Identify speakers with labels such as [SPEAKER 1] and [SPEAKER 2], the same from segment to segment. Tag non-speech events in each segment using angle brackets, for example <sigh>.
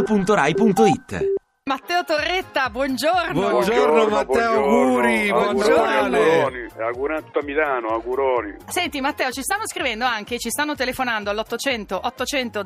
[SPEAKER 1] radio2pod.rai.it
[SPEAKER 2] Matteo Torretta, buongiorno.
[SPEAKER 3] Buongiorno, Matteo, auguri, buon Natale.
[SPEAKER 4] Augurato a Milano, auguroni.
[SPEAKER 2] Senti Matteo, ci stanno scrivendo anche, ci stanno telefonando all'800 800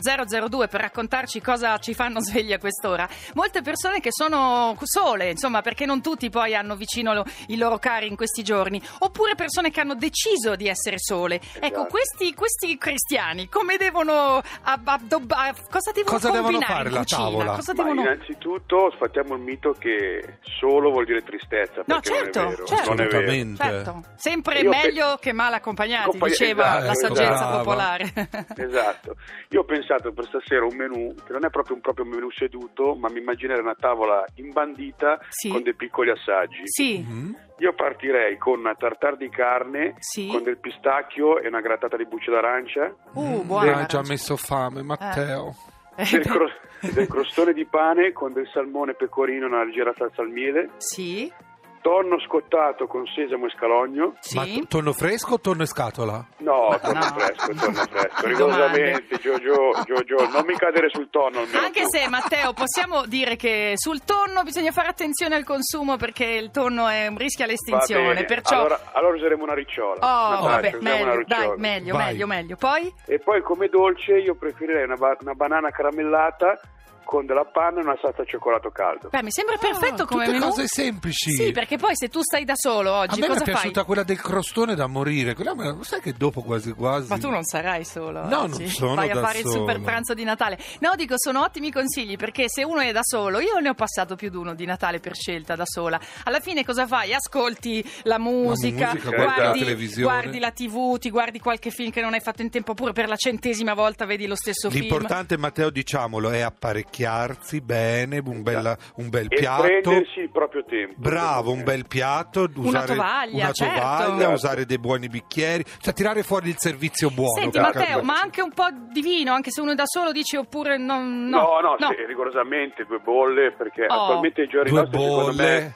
[SPEAKER 2] 002 per raccontarci cosa ci fanno svegli a quest'ora. Molte persone che sono sole, insomma, perché non tutti poi hanno vicino lo- i loro cari in questi giorni, oppure persone che hanno deciso di essere sole. Ecco,
[SPEAKER 5] Eh,
[SPEAKER 4] Esatto.
[SPEAKER 2] questi, questi cristiani come devono ab- addobba- cosa devono
[SPEAKER 5] Cosa devono
[SPEAKER 2] combinare
[SPEAKER 5] fare
[SPEAKER 2] in
[SPEAKER 5] la
[SPEAKER 2] cucina?
[SPEAKER 5] tavola?
[SPEAKER 2] Cosa
[SPEAKER 4] Ma
[SPEAKER 2] devono
[SPEAKER 4] innanzitutto sfattiamo il mito che solo vuol dire tristezza.
[SPEAKER 2] No,
[SPEAKER 4] perché non è
[SPEAKER 2] certo,
[SPEAKER 4] vero,
[SPEAKER 2] certo.
[SPEAKER 4] Non è vero.
[SPEAKER 5] Assolutamente.
[SPEAKER 2] Certo, sempre
[SPEAKER 4] Io pe-
[SPEAKER 2] meglio che mal accompagnati,
[SPEAKER 4] Accompagna-
[SPEAKER 2] diceva
[SPEAKER 4] esatto,
[SPEAKER 2] la saggezza
[SPEAKER 5] brava.
[SPEAKER 2] popolare.
[SPEAKER 4] <laughs> <laughs> Esatto, io ho pensato per stasera un menù che non è proprio un proprio menù seduto, ma mi immaginerei una tavola imbandita
[SPEAKER 2] Sì.
[SPEAKER 4] con dei piccoli assaggi.
[SPEAKER 2] sì,
[SPEAKER 5] Mhm.
[SPEAKER 4] Io partirei con una tartare di carne,
[SPEAKER 2] Sì.
[SPEAKER 4] con del pistacchio e una grattata di buccia d'arancia,
[SPEAKER 2] uh,
[SPEAKER 5] Ah,
[SPEAKER 2] buona.
[SPEAKER 5] ci ha messo fame, Matteo.
[SPEAKER 2] <laughs>
[SPEAKER 4] del, cro- del crostone di pane con del salmone pecorino e una leggera salsa al miele,
[SPEAKER 2] Sì,
[SPEAKER 4] tonno scottato con sesamo e scalogno.
[SPEAKER 2] Eh, sì.
[SPEAKER 5] Ma t- tonno fresco o tonno in scatola?
[SPEAKER 4] No, torna
[SPEAKER 2] No.
[SPEAKER 4] fresco, torna fresco.
[SPEAKER 2] Domande.
[SPEAKER 4] Rigorosamente, Giorgio, Giorgio, non mi cadere sul tonno almeno.
[SPEAKER 2] Anche
[SPEAKER 4] tu.
[SPEAKER 2] se Matteo possiamo dire che sul tonno bisogna fare attenzione al consumo perché il tonno è un rischio
[SPEAKER 4] Va
[SPEAKER 2] all'estinzione,
[SPEAKER 4] bene,
[SPEAKER 2] perciò
[SPEAKER 4] Allora, allora useremo una ricciola.
[SPEAKER 2] Oh,
[SPEAKER 4] Una
[SPEAKER 2] vabbè,
[SPEAKER 4] faccia, usiamo una
[SPEAKER 2] meglio, dai,
[SPEAKER 4] ricciola.
[SPEAKER 2] meglio,
[SPEAKER 5] Vai.
[SPEAKER 2] meglio, meglio. Poi
[SPEAKER 4] E poi come dolce io preferirei una, ba- una banana caramellata con della panna e una salsa al cioccolato caldo.
[SPEAKER 2] Beh, mi sembra perfetto come
[SPEAKER 5] Ah, tutte
[SPEAKER 2] menù.
[SPEAKER 5] cose semplici.
[SPEAKER 2] Sì, perché poi se tu stai da solo
[SPEAKER 5] A
[SPEAKER 2] oggi
[SPEAKER 5] me mi è
[SPEAKER 2] cosa fai?
[SPEAKER 5] piaciuta quella del crostone da morire. Quella me la- sai che dopo quasi quasi.
[SPEAKER 2] Ma tu non sarai solo.
[SPEAKER 5] No,
[SPEAKER 2] oggi.
[SPEAKER 5] non sono
[SPEAKER 2] Vai a
[SPEAKER 5] da
[SPEAKER 2] fare il
[SPEAKER 5] solo.
[SPEAKER 2] super pranzo di Natale. No, dico, sono ottimi consigli perché se uno è da solo, io ne ho passato più di uno di Natale per scelta da sola. Alla fine cosa fai? Ascolti la musica,
[SPEAKER 5] musica,
[SPEAKER 4] guardi la
[SPEAKER 5] televisione.
[SPEAKER 2] guardi la TV, ti guardi qualche film che non hai fatto in tempo, oppure per la centesima volta vedi lo stesso film.
[SPEAKER 5] L'importante, Matteo, diciamolo, è apparecchiarsi bene, un, bella- un bel
[SPEAKER 4] Esatto. E
[SPEAKER 5] piatto.
[SPEAKER 4] prendersi il proprio tempo. eh.
[SPEAKER 5] Bravo, un bel piatto, usare
[SPEAKER 2] tovaglia,
[SPEAKER 5] una
[SPEAKER 2] certo.
[SPEAKER 4] Esatto.
[SPEAKER 5] tovaglia, usare dei buoni bicchieri, cioè tirare fuori il servizio buono.
[SPEAKER 2] Senti
[SPEAKER 5] per
[SPEAKER 2] Matteo,
[SPEAKER 5] capirci.
[SPEAKER 2] ma anche un po' di vino, anche se uno è da solo dici oppure no, no,
[SPEAKER 4] No, no, sì, rigorosamente due bolle, perché
[SPEAKER 2] Oh.
[SPEAKER 4] attualmente i giorni
[SPEAKER 5] Due
[SPEAKER 4] nostri, secondo me,
[SPEAKER 5] bolle.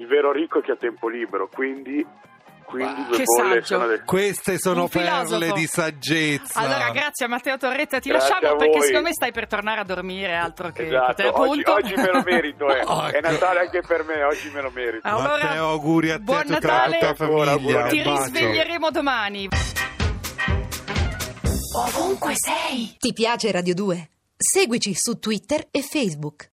[SPEAKER 4] il vero ricco è chi ha tempo libero, quindi, quindi
[SPEAKER 2] Wow.
[SPEAKER 4] due
[SPEAKER 2] Che
[SPEAKER 4] bolle
[SPEAKER 2] saggio.
[SPEAKER 4] sono del...
[SPEAKER 5] Queste sono
[SPEAKER 2] Un filosofo.
[SPEAKER 5] perle di saggezza.
[SPEAKER 2] Allora, grazie a Matteo Torretta, ti
[SPEAKER 4] Grazie
[SPEAKER 2] lasciamo
[SPEAKER 4] a
[SPEAKER 2] perché
[SPEAKER 4] voi.
[SPEAKER 2] secondo me stai per tornare a dormire, altro che te-
[SPEAKER 4] Esatto, oggi,
[SPEAKER 2] punto.
[SPEAKER 4] oggi me lo merito, eh.
[SPEAKER 5] Ecco.
[SPEAKER 4] è Natale anche per me, oggi me lo merito.
[SPEAKER 2] <laughs> Allora,
[SPEAKER 5] Matteo, auguri a te e
[SPEAKER 2] buon
[SPEAKER 5] a tutta
[SPEAKER 2] Natale.
[SPEAKER 5] la tua
[SPEAKER 4] Ancora,
[SPEAKER 5] famiglia.
[SPEAKER 4] auguri.
[SPEAKER 2] Ti
[SPEAKER 5] Un bacio.
[SPEAKER 2] risveglieremo domani.
[SPEAKER 6] Ti piace Radio 2? Seguici su Twitter e Facebook.